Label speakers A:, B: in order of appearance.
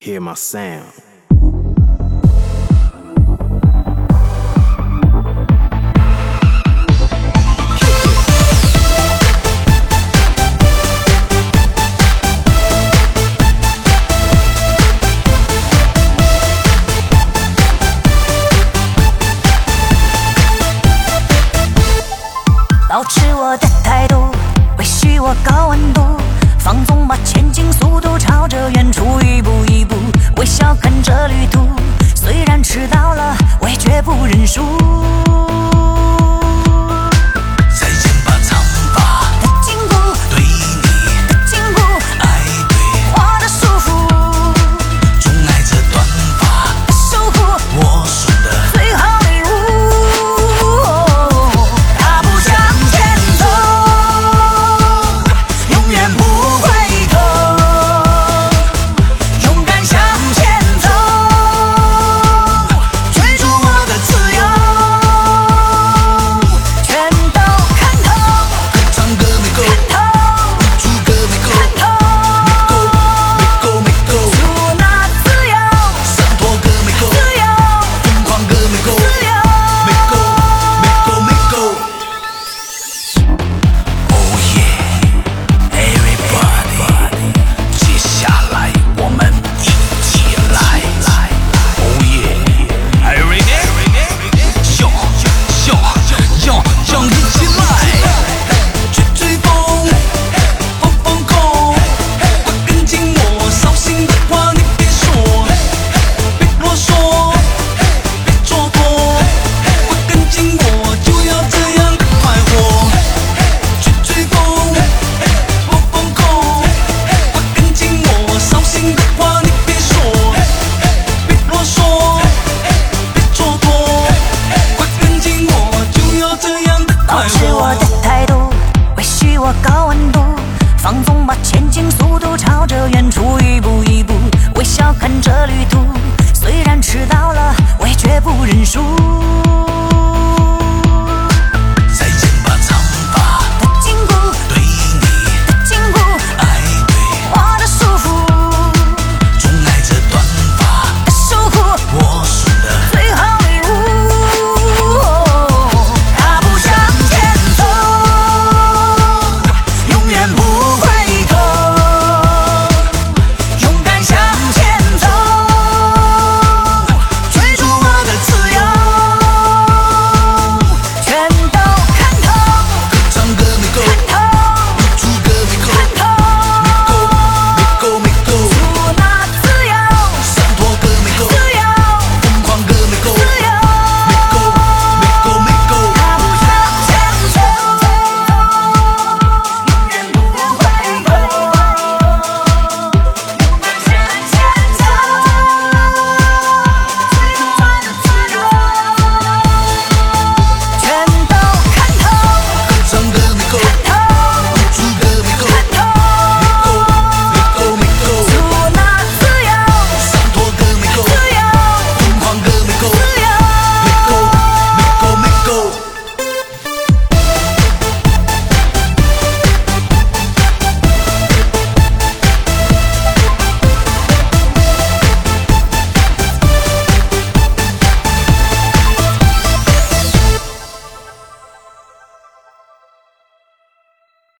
A: hear my sound.
B: 微笑看着旅途，虽然迟到了，我也绝不认输。